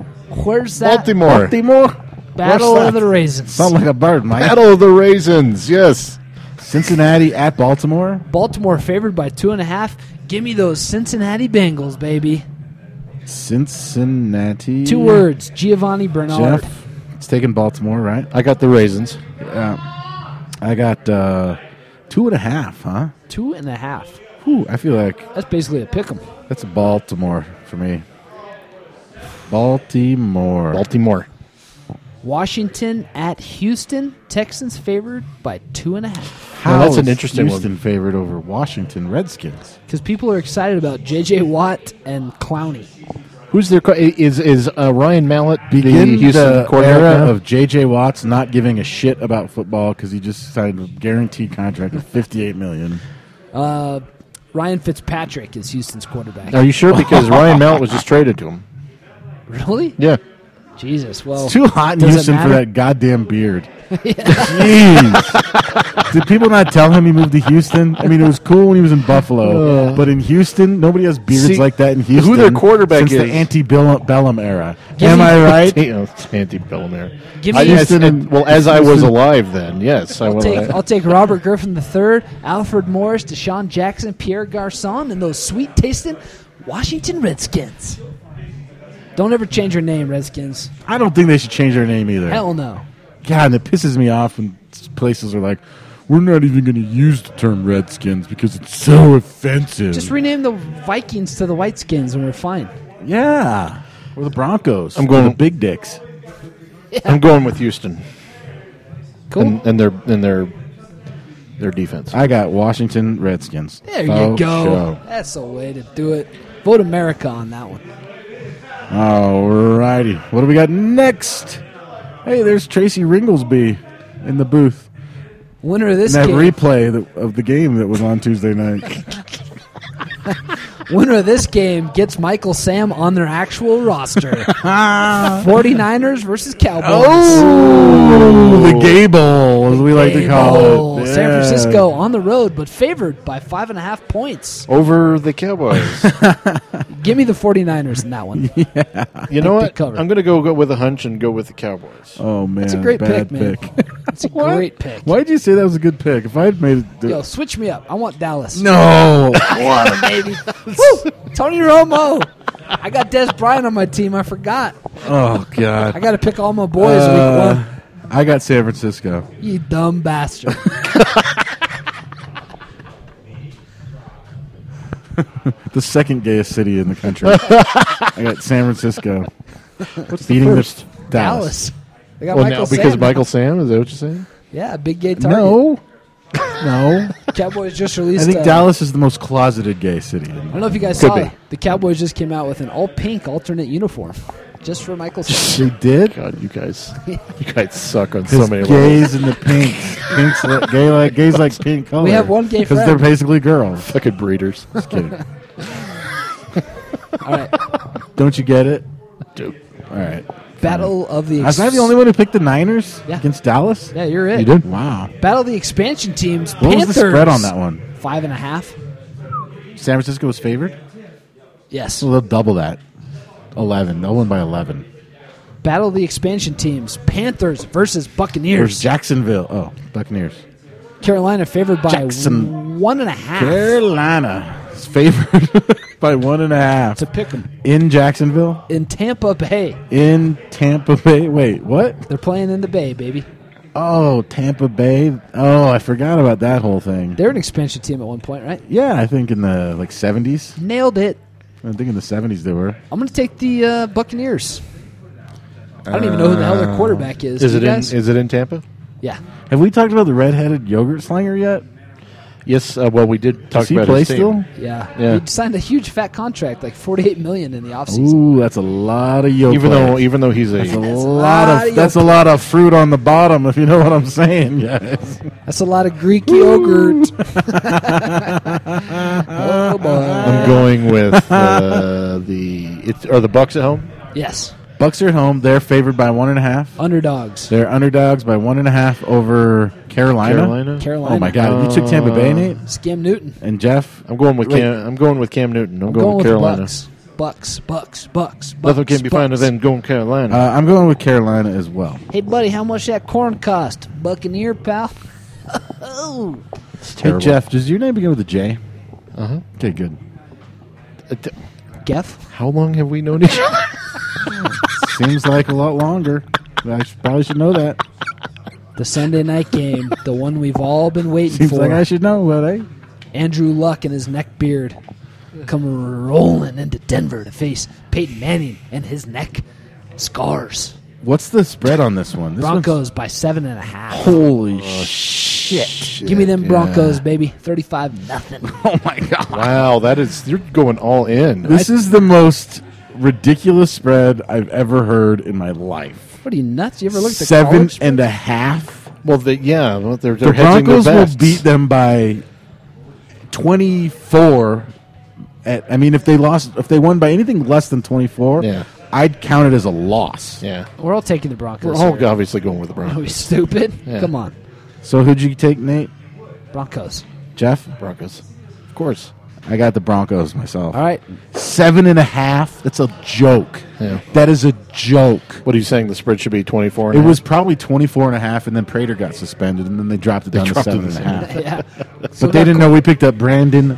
[SPEAKER 2] Where's
[SPEAKER 3] Uh,
[SPEAKER 2] that? Battle
[SPEAKER 1] Where's
[SPEAKER 2] of
[SPEAKER 1] that?
[SPEAKER 2] the Raisins.
[SPEAKER 1] Sound like a bird, Mike.
[SPEAKER 3] Battle of the Raisins. Yes.
[SPEAKER 1] Cincinnati at Baltimore.
[SPEAKER 2] Baltimore favored by two and a half. Give me those Cincinnati Bengals, baby.
[SPEAKER 1] Cincinnati.
[SPEAKER 2] Two words: Giovanni Bernard.
[SPEAKER 1] Jeff. It's taking Baltimore, right?
[SPEAKER 3] I got the Raisins.
[SPEAKER 1] Yeah. I got uh, two and a half, huh?
[SPEAKER 2] Two and a half.
[SPEAKER 1] Whew, I feel like
[SPEAKER 2] That's basically a pick 'em.
[SPEAKER 1] that's a Baltimore for me. Baltimore.
[SPEAKER 3] Baltimore.
[SPEAKER 2] Washington at Houston. Texans favored by two and a half.
[SPEAKER 1] How
[SPEAKER 3] Now, that's an
[SPEAKER 1] is
[SPEAKER 3] interesting
[SPEAKER 1] Houston favored over Washington Redskins.
[SPEAKER 2] Because people are excited about J.J. Watt and Clowney.
[SPEAKER 3] Who's their co- is is uh, Ryan Mallett the
[SPEAKER 1] Begin the,
[SPEAKER 3] Houston quarterback
[SPEAKER 1] era
[SPEAKER 3] now?
[SPEAKER 1] of J.J. Watts not giving a shit about football because he just signed a guaranteed contract of fifty-eight million.
[SPEAKER 2] Uh, Ryan Fitzpatrick is Houston's quarterback.
[SPEAKER 3] Are you sure? Because Ryan Mallett was just traded to him.
[SPEAKER 2] Really?
[SPEAKER 3] Yeah.
[SPEAKER 2] Jesus. Well,
[SPEAKER 1] It's too hot in
[SPEAKER 2] does it
[SPEAKER 1] Houston for
[SPEAKER 2] matter?
[SPEAKER 1] that goddamn beard. Jeez. Did people not tell him he moved to Houston? I mean, it was cool when he was in Buffalo, but in Houston, nobody has beards
[SPEAKER 3] See,
[SPEAKER 1] like that in Houston.
[SPEAKER 3] who their quarterback
[SPEAKER 1] since
[SPEAKER 3] is.
[SPEAKER 1] the antebellum era.
[SPEAKER 2] Give
[SPEAKER 1] Am
[SPEAKER 2] me-
[SPEAKER 1] I right?
[SPEAKER 3] Anti Bellamere.
[SPEAKER 2] Give
[SPEAKER 3] I,
[SPEAKER 2] me-
[SPEAKER 3] as, and- well, as I was
[SPEAKER 1] Houston-
[SPEAKER 3] alive then, yes, I
[SPEAKER 2] I'll
[SPEAKER 3] was.
[SPEAKER 2] take, I'll
[SPEAKER 3] alive.
[SPEAKER 2] take Robert Griffin III, Alfred Morris, Deshaun Jackson, Pierre Garcon, and those sweet tasting Washington Redskins. Don't ever change your name, Redskins.
[SPEAKER 1] I don't think they should change their name either.
[SPEAKER 2] Hell no.
[SPEAKER 1] God, and it pisses me off when s- places are like, we're not even going to use the term Redskins because it's so offensive.
[SPEAKER 2] Just rename the Vikings to the Whiteskins and we're fine.
[SPEAKER 1] yeah. Or the Broncos.
[SPEAKER 3] I'm
[SPEAKER 1] Or
[SPEAKER 3] going-
[SPEAKER 1] the Big Dicks.
[SPEAKER 3] I'm going with Houston
[SPEAKER 2] Cool.
[SPEAKER 3] and, and their and their their defense.
[SPEAKER 1] I got Washington Redskins.
[SPEAKER 2] there you
[SPEAKER 1] Oh,
[SPEAKER 2] go.
[SPEAKER 1] show.
[SPEAKER 2] That's the way to do it. Vote America on that one.
[SPEAKER 1] Alrighty. What do we got next? Hey, there's Tracy Ringlesby in the booth.
[SPEAKER 2] Winner of this
[SPEAKER 1] And that
[SPEAKER 2] game.
[SPEAKER 1] replay that, of the game that was on Tuesday night.
[SPEAKER 2] winner of this game gets Michael Sam on their actual roster. 49ers versus Cowboys.
[SPEAKER 1] oh, the Gable, as we like to call
[SPEAKER 2] Gable.
[SPEAKER 1] it.
[SPEAKER 2] San
[SPEAKER 1] Yeah.
[SPEAKER 2] Francisco on the road, but favored by five and a half points.
[SPEAKER 3] Over the Cowboys.
[SPEAKER 2] Give me the 49ers in that one.
[SPEAKER 3] you know
[SPEAKER 2] They
[SPEAKER 3] what?
[SPEAKER 2] cover.
[SPEAKER 3] I'm going to go, go with a hunch and go with the Cowboys.
[SPEAKER 1] Oh man,
[SPEAKER 2] That's a great
[SPEAKER 1] bad
[SPEAKER 2] pick, man. It's a
[SPEAKER 1] What?
[SPEAKER 2] great pick.
[SPEAKER 1] Why did you say that was a good pick? If I had made it, Oh,
[SPEAKER 2] Yo, switch me up. I want Dallas.
[SPEAKER 1] no,
[SPEAKER 2] baby. Woo! Tony Romo. I got Des Bryant on my team. I forgot.
[SPEAKER 1] oh
[SPEAKER 2] I
[SPEAKER 1] god,
[SPEAKER 2] got to pick all my boys
[SPEAKER 1] Uh,
[SPEAKER 2] week
[SPEAKER 1] I got San Francisco.
[SPEAKER 2] one. You dumb bastard.
[SPEAKER 1] the second gayest city in the country. I got San Francisco. What's beating the
[SPEAKER 3] first?
[SPEAKER 1] Dallas?
[SPEAKER 2] Dallas. They got
[SPEAKER 3] well,
[SPEAKER 2] Michael
[SPEAKER 3] now because
[SPEAKER 2] Sam.
[SPEAKER 3] Michael Sam is that what you're saying?
[SPEAKER 2] Yeah, big gay target.
[SPEAKER 1] No, no.
[SPEAKER 2] Cowboys just
[SPEAKER 1] I
[SPEAKER 2] released.
[SPEAKER 1] think
[SPEAKER 2] uh,
[SPEAKER 1] Dallas is the most closeted gay city.
[SPEAKER 2] I don't know if you guys
[SPEAKER 3] Could
[SPEAKER 2] saw
[SPEAKER 3] be.
[SPEAKER 2] it. The Cowboys just came out with an all pink alternate uniform just for Michael Sam.
[SPEAKER 1] They did.
[SPEAKER 3] God, you guys, you guys suck on so
[SPEAKER 1] Because
[SPEAKER 3] many levels.
[SPEAKER 1] gays in the pinks, pinks like gay like gays like pink color.
[SPEAKER 2] have one gay
[SPEAKER 1] because they're
[SPEAKER 2] friend.
[SPEAKER 1] basically girls.
[SPEAKER 3] Fucking breeders.
[SPEAKER 1] Just kidding.
[SPEAKER 2] all right.
[SPEAKER 1] Don't you get it?
[SPEAKER 3] Dude.
[SPEAKER 1] All right.
[SPEAKER 2] Battle of the.
[SPEAKER 1] Was I the only one who picked the Niners
[SPEAKER 2] Yeah.
[SPEAKER 1] against Dallas?
[SPEAKER 2] Yeah, you're it.
[SPEAKER 1] Wow.
[SPEAKER 2] Battle of the expansion teams.
[SPEAKER 1] What
[SPEAKER 2] Panthers.
[SPEAKER 1] was the spread on that one?
[SPEAKER 2] Five and a half.
[SPEAKER 1] San Francisco was favored.
[SPEAKER 2] Yes.
[SPEAKER 1] So they'll double that. Eleven. They'll win by eleven.
[SPEAKER 2] Battle of the expansion teams. Panthers versus
[SPEAKER 1] Here's
[SPEAKER 2] Buccaneers.
[SPEAKER 1] Jacksonville. Oh, Buccaneers.
[SPEAKER 2] Carolina favored by
[SPEAKER 1] Jackson.
[SPEAKER 2] one and a half.
[SPEAKER 1] Carolina is favored by one and a half
[SPEAKER 2] to pick them
[SPEAKER 1] in Jacksonville.
[SPEAKER 2] in Tampa Bay.
[SPEAKER 1] In Tampa Bay. Wait, what?
[SPEAKER 2] They're playing in the Bay, baby.
[SPEAKER 1] Oh, Tampa Bay. Oh, I forgot about that whole thing.
[SPEAKER 2] They're an expansion team at one point, right?
[SPEAKER 1] Yeah, I think in the like seventies.
[SPEAKER 2] Nailed it.
[SPEAKER 1] I think in the seventies they were.
[SPEAKER 2] I'm going to take the uh, Buccaneers. I don't even know who the hell their quarterback is.
[SPEAKER 3] Uh, Is
[SPEAKER 2] Do
[SPEAKER 3] it
[SPEAKER 2] you
[SPEAKER 3] in?
[SPEAKER 2] guys?
[SPEAKER 3] Is it in Tampa?
[SPEAKER 2] yeah.
[SPEAKER 1] Have we talked about the redheaded yogurt slinger yet?
[SPEAKER 3] Yes. Uh, well, we did talk
[SPEAKER 1] Does he
[SPEAKER 3] about
[SPEAKER 1] play
[SPEAKER 3] his team.
[SPEAKER 1] still?
[SPEAKER 2] Yeah.
[SPEAKER 3] Yeah.
[SPEAKER 2] He signed a huge fat contract, like 48 million in the offseason.
[SPEAKER 1] Ooh, that's a lot of yogurt.
[SPEAKER 3] Even though, even though he's
[SPEAKER 1] that's a
[SPEAKER 3] a
[SPEAKER 1] lot
[SPEAKER 2] lot of
[SPEAKER 1] of that's a lot of fruit on the bottom, if you know what I'm saying, guys.
[SPEAKER 2] That's a lot of Greek yogurt. oh boy.
[SPEAKER 3] I'm going with uh, the it's are the Bucks at home.
[SPEAKER 2] Yes.
[SPEAKER 1] Bucks are at home. They're favored by one and a half.
[SPEAKER 2] Underdogs.
[SPEAKER 1] They're underdogs by one and a half over Carolina.
[SPEAKER 3] Carolina.
[SPEAKER 2] Carolina.
[SPEAKER 1] Oh my God! You took Tampa Bay, Nate
[SPEAKER 2] Scam Newton.
[SPEAKER 1] and Jeff.
[SPEAKER 3] I'm going with
[SPEAKER 1] Wait.
[SPEAKER 3] Cam. I'm going with Cam Newton. I'm,
[SPEAKER 2] I'm
[SPEAKER 3] going,
[SPEAKER 2] going
[SPEAKER 3] with
[SPEAKER 2] with
[SPEAKER 3] Carolina.
[SPEAKER 2] Bucks. Bucks, Bucks, Bucks, Bucks.
[SPEAKER 3] Nothing can be
[SPEAKER 2] Bucks.
[SPEAKER 3] finer than going
[SPEAKER 1] Uh,
[SPEAKER 3] Carolina.
[SPEAKER 1] I'm going with Carolina as well.
[SPEAKER 2] Hey, buddy, how much that corn cost? Buccaneer, pal. oh.
[SPEAKER 1] Hey Jeff, does your name begin with a J? Uh huh. Okay, good.
[SPEAKER 3] Uh, th-
[SPEAKER 2] Geff?
[SPEAKER 3] How long have we known each other?
[SPEAKER 1] Seems like a lot longer. I should, probably should know that.
[SPEAKER 2] The Sunday night game, the one we've all been waiting
[SPEAKER 1] Seems
[SPEAKER 2] for.
[SPEAKER 1] like I should know, but hey.
[SPEAKER 2] Andrew Luck and his neck beard come rolling into Denver to face Peyton Manning and his neck scars.
[SPEAKER 1] What's the spread on this one? This
[SPEAKER 2] Broncos by seven and a half.
[SPEAKER 1] one's- Holy Oh, shit.
[SPEAKER 2] Give me them Broncos, baby. Thirty-five nothing.
[SPEAKER 1] Oh my god.
[SPEAKER 3] wow, that is you're going all in.
[SPEAKER 1] This is the most ridiculous spread I've ever heard in my life.
[SPEAKER 2] What are you nuts? You ever looked at
[SPEAKER 1] Seven
[SPEAKER 2] college?
[SPEAKER 1] and a half.
[SPEAKER 3] I- well, the, yeah, well, they're,
[SPEAKER 1] The
[SPEAKER 3] they're hedging
[SPEAKER 1] Broncos
[SPEAKER 3] their
[SPEAKER 1] will
[SPEAKER 3] bets.
[SPEAKER 1] beat them by 24. At, I mean, if they lost, if they won by anything less than 24,
[SPEAKER 3] Yeah.
[SPEAKER 1] I'd count it as a loss.
[SPEAKER 3] Yeah.
[SPEAKER 2] We're all taking the Broncos.
[SPEAKER 3] We're all
[SPEAKER 2] here.
[SPEAKER 3] obviously going with the
[SPEAKER 2] Are we
[SPEAKER 3] Broncos.
[SPEAKER 2] stupid?
[SPEAKER 3] Yeah.
[SPEAKER 2] Come on,
[SPEAKER 1] So who'd you take, Nate?
[SPEAKER 2] Broncos.
[SPEAKER 1] Jeff?
[SPEAKER 3] Broncos. Of course.
[SPEAKER 1] I got the Broncos myself.
[SPEAKER 2] All right,
[SPEAKER 1] Seven and a half. That's a joke.
[SPEAKER 3] Yeah.
[SPEAKER 1] That is a joke.
[SPEAKER 3] What are you saying? The spread should be 24?
[SPEAKER 1] It was probably 24 and a half, and then Prater got suspended, and then they dropped it down to
[SPEAKER 3] dropped it
[SPEAKER 1] seven and
[SPEAKER 3] to
[SPEAKER 1] a
[SPEAKER 3] seven.
[SPEAKER 1] half.
[SPEAKER 2] yeah.
[SPEAKER 1] But they didn't know we picked up Brandon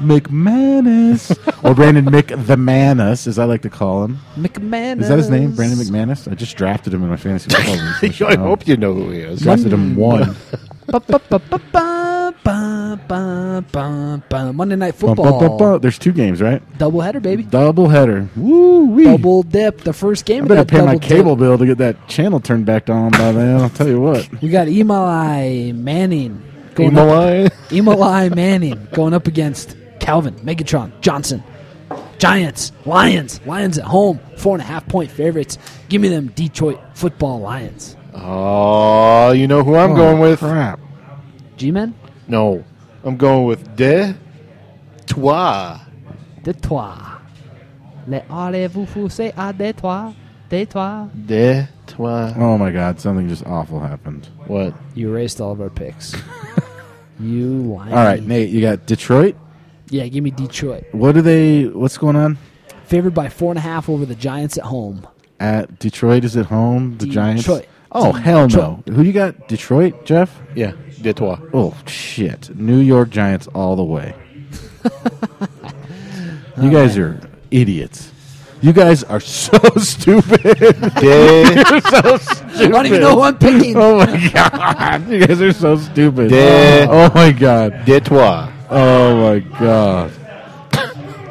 [SPEAKER 1] McManus. or Brandon McThemanus, as I like to call him.
[SPEAKER 2] McManus.
[SPEAKER 1] Is that his name? Brandon McManus? I just drafted him in my fantasy football league.
[SPEAKER 3] I hope you know who he Oh. is.
[SPEAKER 1] Drafted him one.
[SPEAKER 2] Ba- ba- ba- ba- ba- ba- ba- ba- ba. Monday Night
[SPEAKER 1] Bum,
[SPEAKER 2] Football.
[SPEAKER 1] bum, bum, bum. There's two games, right?
[SPEAKER 2] Double header, baby.
[SPEAKER 1] Double header. Woo wee.
[SPEAKER 2] Double dip. The first game
[SPEAKER 1] I
[SPEAKER 2] of
[SPEAKER 1] better
[SPEAKER 2] that
[SPEAKER 1] pay
[SPEAKER 2] double
[SPEAKER 1] my cable
[SPEAKER 2] dip.
[SPEAKER 1] bill to get that channel turned back on by then. I'll tell you what.
[SPEAKER 2] We got Emali Manning. Going up-
[SPEAKER 3] Email
[SPEAKER 2] Emali Manning going up against Calvin, Megatron, Johnson, Giants, Lions, Lions at home, four and a half point favorites. Give me them Detroit football Lions.
[SPEAKER 3] Oh, you know who I'm going with?
[SPEAKER 1] Crap.
[SPEAKER 2] G Men,
[SPEAKER 3] No. I'm going with De Toi.
[SPEAKER 2] de toi. Les allez-vous fousser à de toi, de toi.
[SPEAKER 3] De Toi.
[SPEAKER 1] Oh my god, something just awful happened.
[SPEAKER 3] What?
[SPEAKER 2] You erased all of our picks. you lying.
[SPEAKER 1] All right, Nate, you got Detroit.
[SPEAKER 2] Yeah, give me Detroit.
[SPEAKER 1] What are they? What's going on
[SPEAKER 2] Favored by four and a half over the Giants at home.
[SPEAKER 1] at Detroit? Is it home? The Giants.
[SPEAKER 2] Detroit.
[SPEAKER 1] Oh hell no!
[SPEAKER 2] Detroit.
[SPEAKER 1] Who you got? Detroit, Jeff.
[SPEAKER 3] Yeah. De Toi.
[SPEAKER 1] Oh shit! New York Giants all the way.
[SPEAKER 3] Oh,
[SPEAKER 1] you guys are idiots. You guys are so stupid.
[SPEAKER 3] De,
[SPEAKER 2] I don't even know who I'm picking.
[SPEAKER 1] oh my god! You guys are so stupid.
[SPEAKER 3] Yeah.
[SPEAKER 1] Oh my god!
[SPEAKER 3] de Toi.
[SPEAKER 1] Oh my god.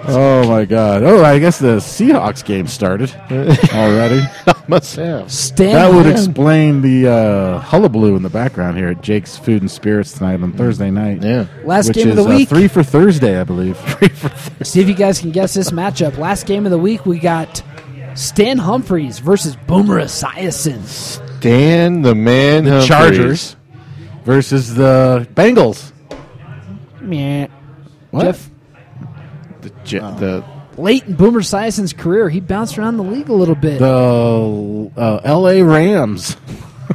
[SPEAKER 1] Oh my god. Oh, I guess the Seahawks game started already.
[SPEAKER 3] Must have.
[SPEAKER 2] Stan
[SPEAKER 1] That would
[SPEAKER 2] Lin.
[SPEAKER 1] explain the uh, hullabaloo in the background here at Jake's Food and Spirits tonight on Thursday night.
[SPEAKER 3] Yeah.
[SPEAKER 2] Last
[SPEAKER 1] which
[SPEAKER 2] game of
[SPEAKER 1] is,
[SPEAKER 2] the week.
[SPEAKER 1] Uh, three for Thursday, I believe.
[SPEAKER 2] See if you guys can guess this matchup. Last game of the week, we got Stan Humphries versus Boomer Esiason.
[SPEAKER 3] Dan the man. Humphries.
[SPEAKER 1] Chargers versus the Bengals.
[SPEAKER 2] Meh.
[SPEAKER 1] What?
[SPEAKER 2] Jeff,
[SPEAKER 3] The, Je- the
[SPEAKER 2] late in Boomer Esiason's career, he bounced around the league a little bit.
[SPEAKER 1] The uh, L.A. Rams.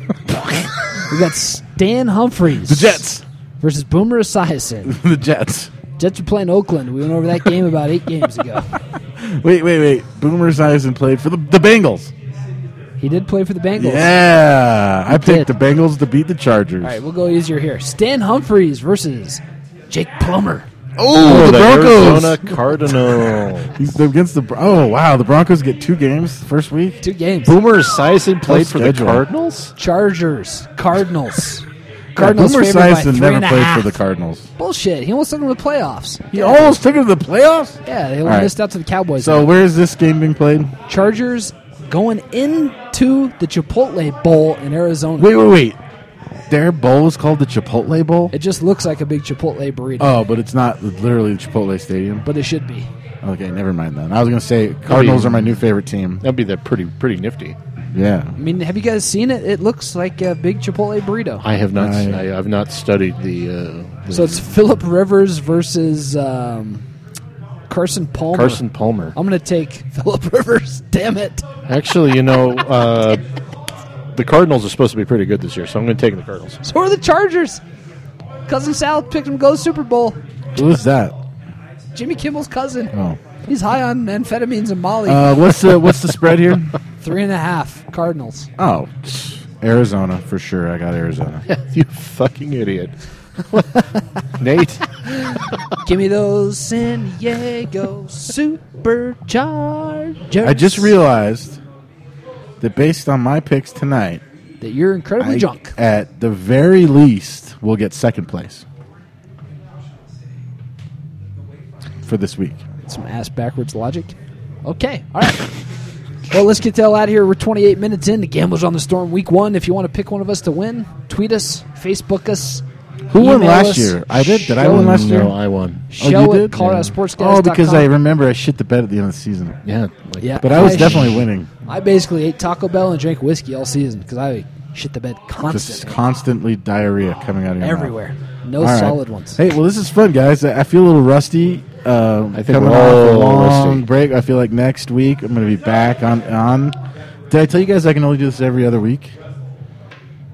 [SPEAKER 2] we got Stan Humphries
[SPEAKER 1] The Jets.
[SPEAKER 2] versus Boomer Esiason.
[SPEAKER 1] the Jets.
[SPEAKER 2] Jets are playing Oakland. We went over that game about eight games ago.
[SPEAKER 1] Wait, wait, wait. Boomer Esiason played for the, the Bengals.
[SPEAKER 2] He did play for the Bengals.
[SPEAKER 1] Yeah, I picked
[SPEAKER 2] did.
[SPEAKER 1] the Bengals to beat the Chargers.
[SPEAKER 2] All right, we'll go easier here. Stan Humphries versus Jake Plummer.
[SPEAKER 1] Oh, the, Broncos.
[SPEAKER 3] Arizona Cardinal.
[SPEAKER 1] He's against the. Bro- Oh wow, the Broncos get two games the first week.
[SPEAKER 2] Two games.
[SPEAKER 3] Boomer Sison played for the
[SPEAKER 1] schedule.
[SPEAKER 3] Cardinals.
[SPEAKER 2] Chargers, Cardinals. Cardinals
[SPEAKER 1] Boomer
[SPEAKER 2] favored by
[SPEAKER 1] Esiason
[SPEAKER 2] three
[SPEAKER 1] never
[SPEAKER 2] and a
[SPEAKER 1] played
[SPEAKER 2] half.
[SPEAKER 1] for the Cardinals.
[SPEAKER 2] Bullshit. He almost took him to the playoffs.
[SPEAKER 1] He almost took him to the playoffs.
[SPEAKER 2] Yeah, they
[SPEAKER 1] All right.
[SPEAKER 2] missed out to the Cowboys.
[SPEAKER 1] So where is this game being played?
[SPEAKER 2] Chargers going into the Chipotle Bowl in Arizona.
[SPEAKER 1] Wait, wait, wait. Their bowl is called the Chipotle Bowl.
[SPEAKER 2] It just looks like a big Chipotle burrito,
[SPEAKER 1] Oh, but it's not literally the Chipotle Stadium.
[SPEAKER 2] but it should be.
[SPEAKER 1] Okay, never mind then. I was gonna say Cardinals are my new favorite team.
[SPEAKER 3] That'd be that pretty pretty nifty.
[SPEAKER 1] Yeah,
[SPEAKER 2] I mean, have you guys seen it? It looks like a big Chipotle burrito.
[SPEAKER 3] I have not.
[SPEAKER 1] Right.
[SPEAKER 3] I, have not studied the. Uh, the
[SPEAKER 2] So it's Philip Rivers versus um, Carson Palmer.
[SPEAKER 3] Carson Palmer.
[SPEAKER 2] I'm going to take Philip Rivers. Damn it.
[SPEAKER 3] Actually, you know, uh, the Cardinals are supposed to be pretty good this year, so I'm going to take the Cardinals.
[SPEAKER 2] So are the Chargers. Cousin Sal picked him to go to the Super Bowl.
[SPEAKER 1] who is that?
[SPEAKER 2] Jimmy Kimmel's cousin.
[SPEAKER 1] Oh,
[SPEAKER 2] He's high on amphetamines and Molly.
[SPEAKER 1] uh, what's the what's the spread here?
[SPEAKER 2] Three and a half Cardinals.
[SPEAKER 1] Oh, Arizona for sure. I got Arizona.
[SPEAKER 3] you fucking idiot, Nate.
[SPEAKER 2] Give me those San Diego Superchargers.
[SPEAKER 1] I just realized that based on my picks tonight,
[SPEAKER 2] that you're incredibly
[SPEAKER 1] I,
[SPEAKER 2] drunk.
[SPEAKER 1] at the very least, will get second place for this week.
[SPEAKER 2] Some ass backwards logic. Okay, all right. well, let's get the hell out of here. We're 28 minutes in. The Gamblers on the Storm, Week One. If you want to pick one of us to win, tweet us, Facebook us.
[SPEAKER 1] Who won
[SPEAKER 2] email
[SPEAKER 1] last
[SPEAKER 2] us,
[SPEAKER 1] yew? I did. Did I
[SPEAKER 2] show
[SPEAKER 1] win last
[SPEAKER 2] us-
[SPEAKER 1] year? Oh,
[SPEAKER 3] No, I won.
[SPEAKER 2] Show
[SPEAKER 1] you
[SPEAKER 2] it,
[SPEAKER 1] did?
[SPEAKER 2] Colorado
[SPEAKER 1] Oh, because I remember I shit the bed at the end of the season.
[SPEAKER 3] Yeah, like,
[SPEAKER 2] Yeah,
[SPEAKER 1] But I was
[SPEAKER 2] sh-
[SPEAKER 1] definitely winning.
[SPEAKER 2] I basically ate Taco Bell and drank whiskey all season because I shit the bed
[SPEAKER 1] Just
[SPEAKER 2] constantly,
[SPEAKER 1] constantly diarrhea coming out of your mouth.
[SPEAKER 2] everywhere. No
[SPEAKER 1] All right.
[SPEAKER 2] solid ones.
[SPEAKER 1] Hey, well, this is fun, guys. I I feel a little rusty. uh,
[SPEAKER 3] I think
[SPEAKER 1] coming
[SPEAKER 3] we're
[SPEAKER 1] off a
[SPEAKER 3] all
[SPEAKER 1] long
[SPEAKER 3] rusty.
[SPEAKER 1] break. I feel like next week I'm going to be back on on. Did I tell you guys I can only do this every other week?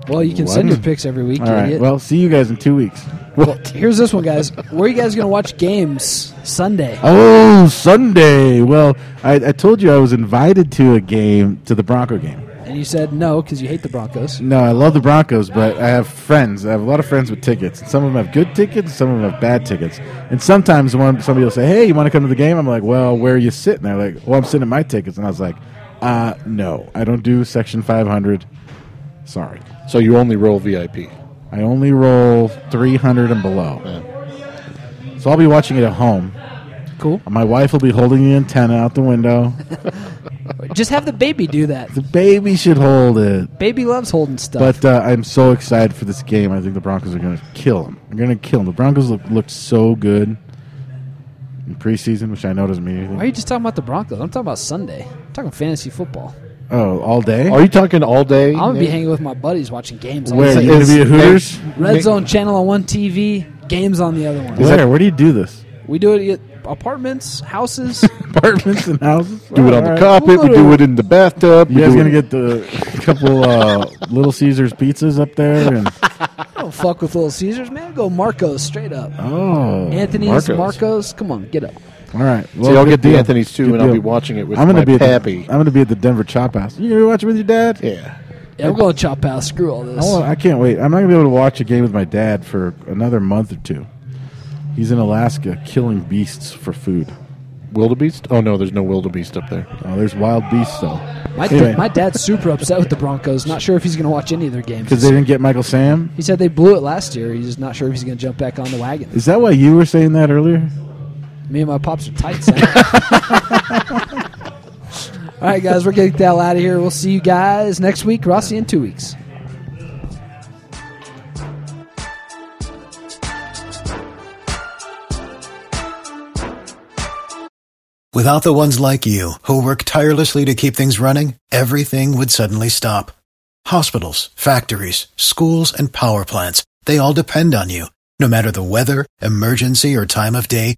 [SPEAKER 2] Well, you can send your picks every week.
[SPEAKER 1] All right.
[SPEAKER 2] idiot.
[SPEAKER 1] Well, see you guys in two weeks.
[SPEAKER 3] What?
[SPEAKER 2] Here's this one, guys. Where are you guys going to watch games Sunday?
[SPEAKER 1] Oh, Sunday. Well, I, I told you I was invited to a game, to the Bronco game.
[SPEAKER 2] And you said no because you hate the Broncos.
[SPEAKER 1] No, I love the Broncos, but I have friends. I have a lot of friends with tickets. Some of them have good tickets, some of them have bad tickets. And sometimes one somebody will say, "Hey, you want to come to the game?" I'm like, "Well, where are you sitting?" They're like, "Well, I'm sitting at my tickets." And I was like, "Uh, no, I don't do section 500. Sorry,
[SPEAKER 3] So you only roll VIP.
[SPEAKER 1] I only roll 300 and below." So I'll be watching it at home.
[SPEAKER 2] Cool.
[SPEAKER 1] My wife will be holding the antenna out the window.
[SPEAKER 2] Just have the baby do that.
[SPEAKER 1] the baby should hold it.
[SPEAKER 2] Baby loves holding stuff.
[SPEAKER 1] But uh, I'm so excited for this game. I think the Broncos are going to kill them. They're going to kill them. The Broncos look, looked so good in preseason, which I know doesn't mean anything.
[SPEAKER 2] Why are you just talking about the Broncos? I'm talking about Sunday. I'm talking fantasy football.
[SPEAKER 1] Oh, all day?
[SPEAKER 3] Are you talking all day?
[SPEAKER 2] I'm gonna be
[SPEAKER 3] Nate?
[SPEAKER 2] hanging with my buddies watching games. on
[SPEAKER 1] Where
[SPEAKER 2] the
[SPEAKER 1] are
[SPEAKER 2] side.
[SPEAKER 1] you going to be a Hooters?
[SPEAKER 2] Red Zone channel on one TV, games on the other one.
[SPEAKER 1] Where? Where do you do this?
[SPEAKER 2] We do it at apartments, houses.
[SPEAKER 1] Apartments and houses?
[SPEAKER 3] Do it on the carpet.
[SPEAKER 2] We'll go
[SPEAKER 3] we
[SPEAKER 2] to-
[SPEAKER 3] do it in the bathtub.
[SPEAKER 1] You
[SPEAKER 3] we
[SPEAKER 1] guys
[SPEAKER 3] do
[SPEAKER 1] going to
[SPEAKER 3] it-
[SPEAKER 1] get the a couple uh, Little Caesars pizzas up there? And,
[SPEAKER 2] I don't fuck with Little Caesars, man. Go Marcos straight up.
[SPEAKER 1] oh.
[SPEAKER 2] Anthony's Marcos.
[SPEAKER 3] Marcos.
[SPEAKER 2] Come on, get up.
[SPEAKER 1] All right. Well,
[SPEAKER 3] See, I'll
[SPEAKER 1] good
[SPEAKER 3] get the
[SPEAKER 1] deal.
[SPEAKER 3] Anthony's too,
[SPEAKER 1] Good
[SPEAKER 3] and I'll be
[SPEAKER 1] deal.
[SPEAKER 3] watching it with
[SPEAKER 1] I'm gonna
[SPEAKER 3] my
[SPEAKER 1] be at
[SPEAKER 3] pappy.
[SPEAKER 1] The, I'm going to be at the Denver Chop House. You going to be watching with your dad?
[SPEAKER 3] yeah.
[SPEAKER 2] Yeah, we're going chop house. Screw all this.
[SPEAKER 1] I, want, I can't wait. I'm not gonna be able to watch a game with my dad for another month or two. He's in Alaska killing beasts for food.
[SPEAKER 3] Wildebeest? Oh no, there's no wildebeest up there.
[SPEAKER 1] Oh, there's wild beasts though.
[SPEAKER 2] my,
[SPEAKER 1] anyway,
[SPEAKER 2] my dad's super upset with the Broncos. Not sure if he's gonna watch any of their games.
[SPEAKER 1] because they didn't get Michael Sam.
[SPEAKER 2] He said they blew it last year. He's just not sure if he's gonna jump back on the wagon.
[SPEAKER 1] Is that why you were saying that earlier?
[SPEAKER 2] Me and my pops are tight. Son. All right, guys, we're getting the hell out of here. We'll see you guys next week, Rossi, in two weeks.
[SPEAKER 5] Without the ones like you, who work tirelessly to keep things running, everything would suddenly stop. Hospitals, factories, schools, and power plants, they all depend on you. No matter the weather, emergency, or time of day,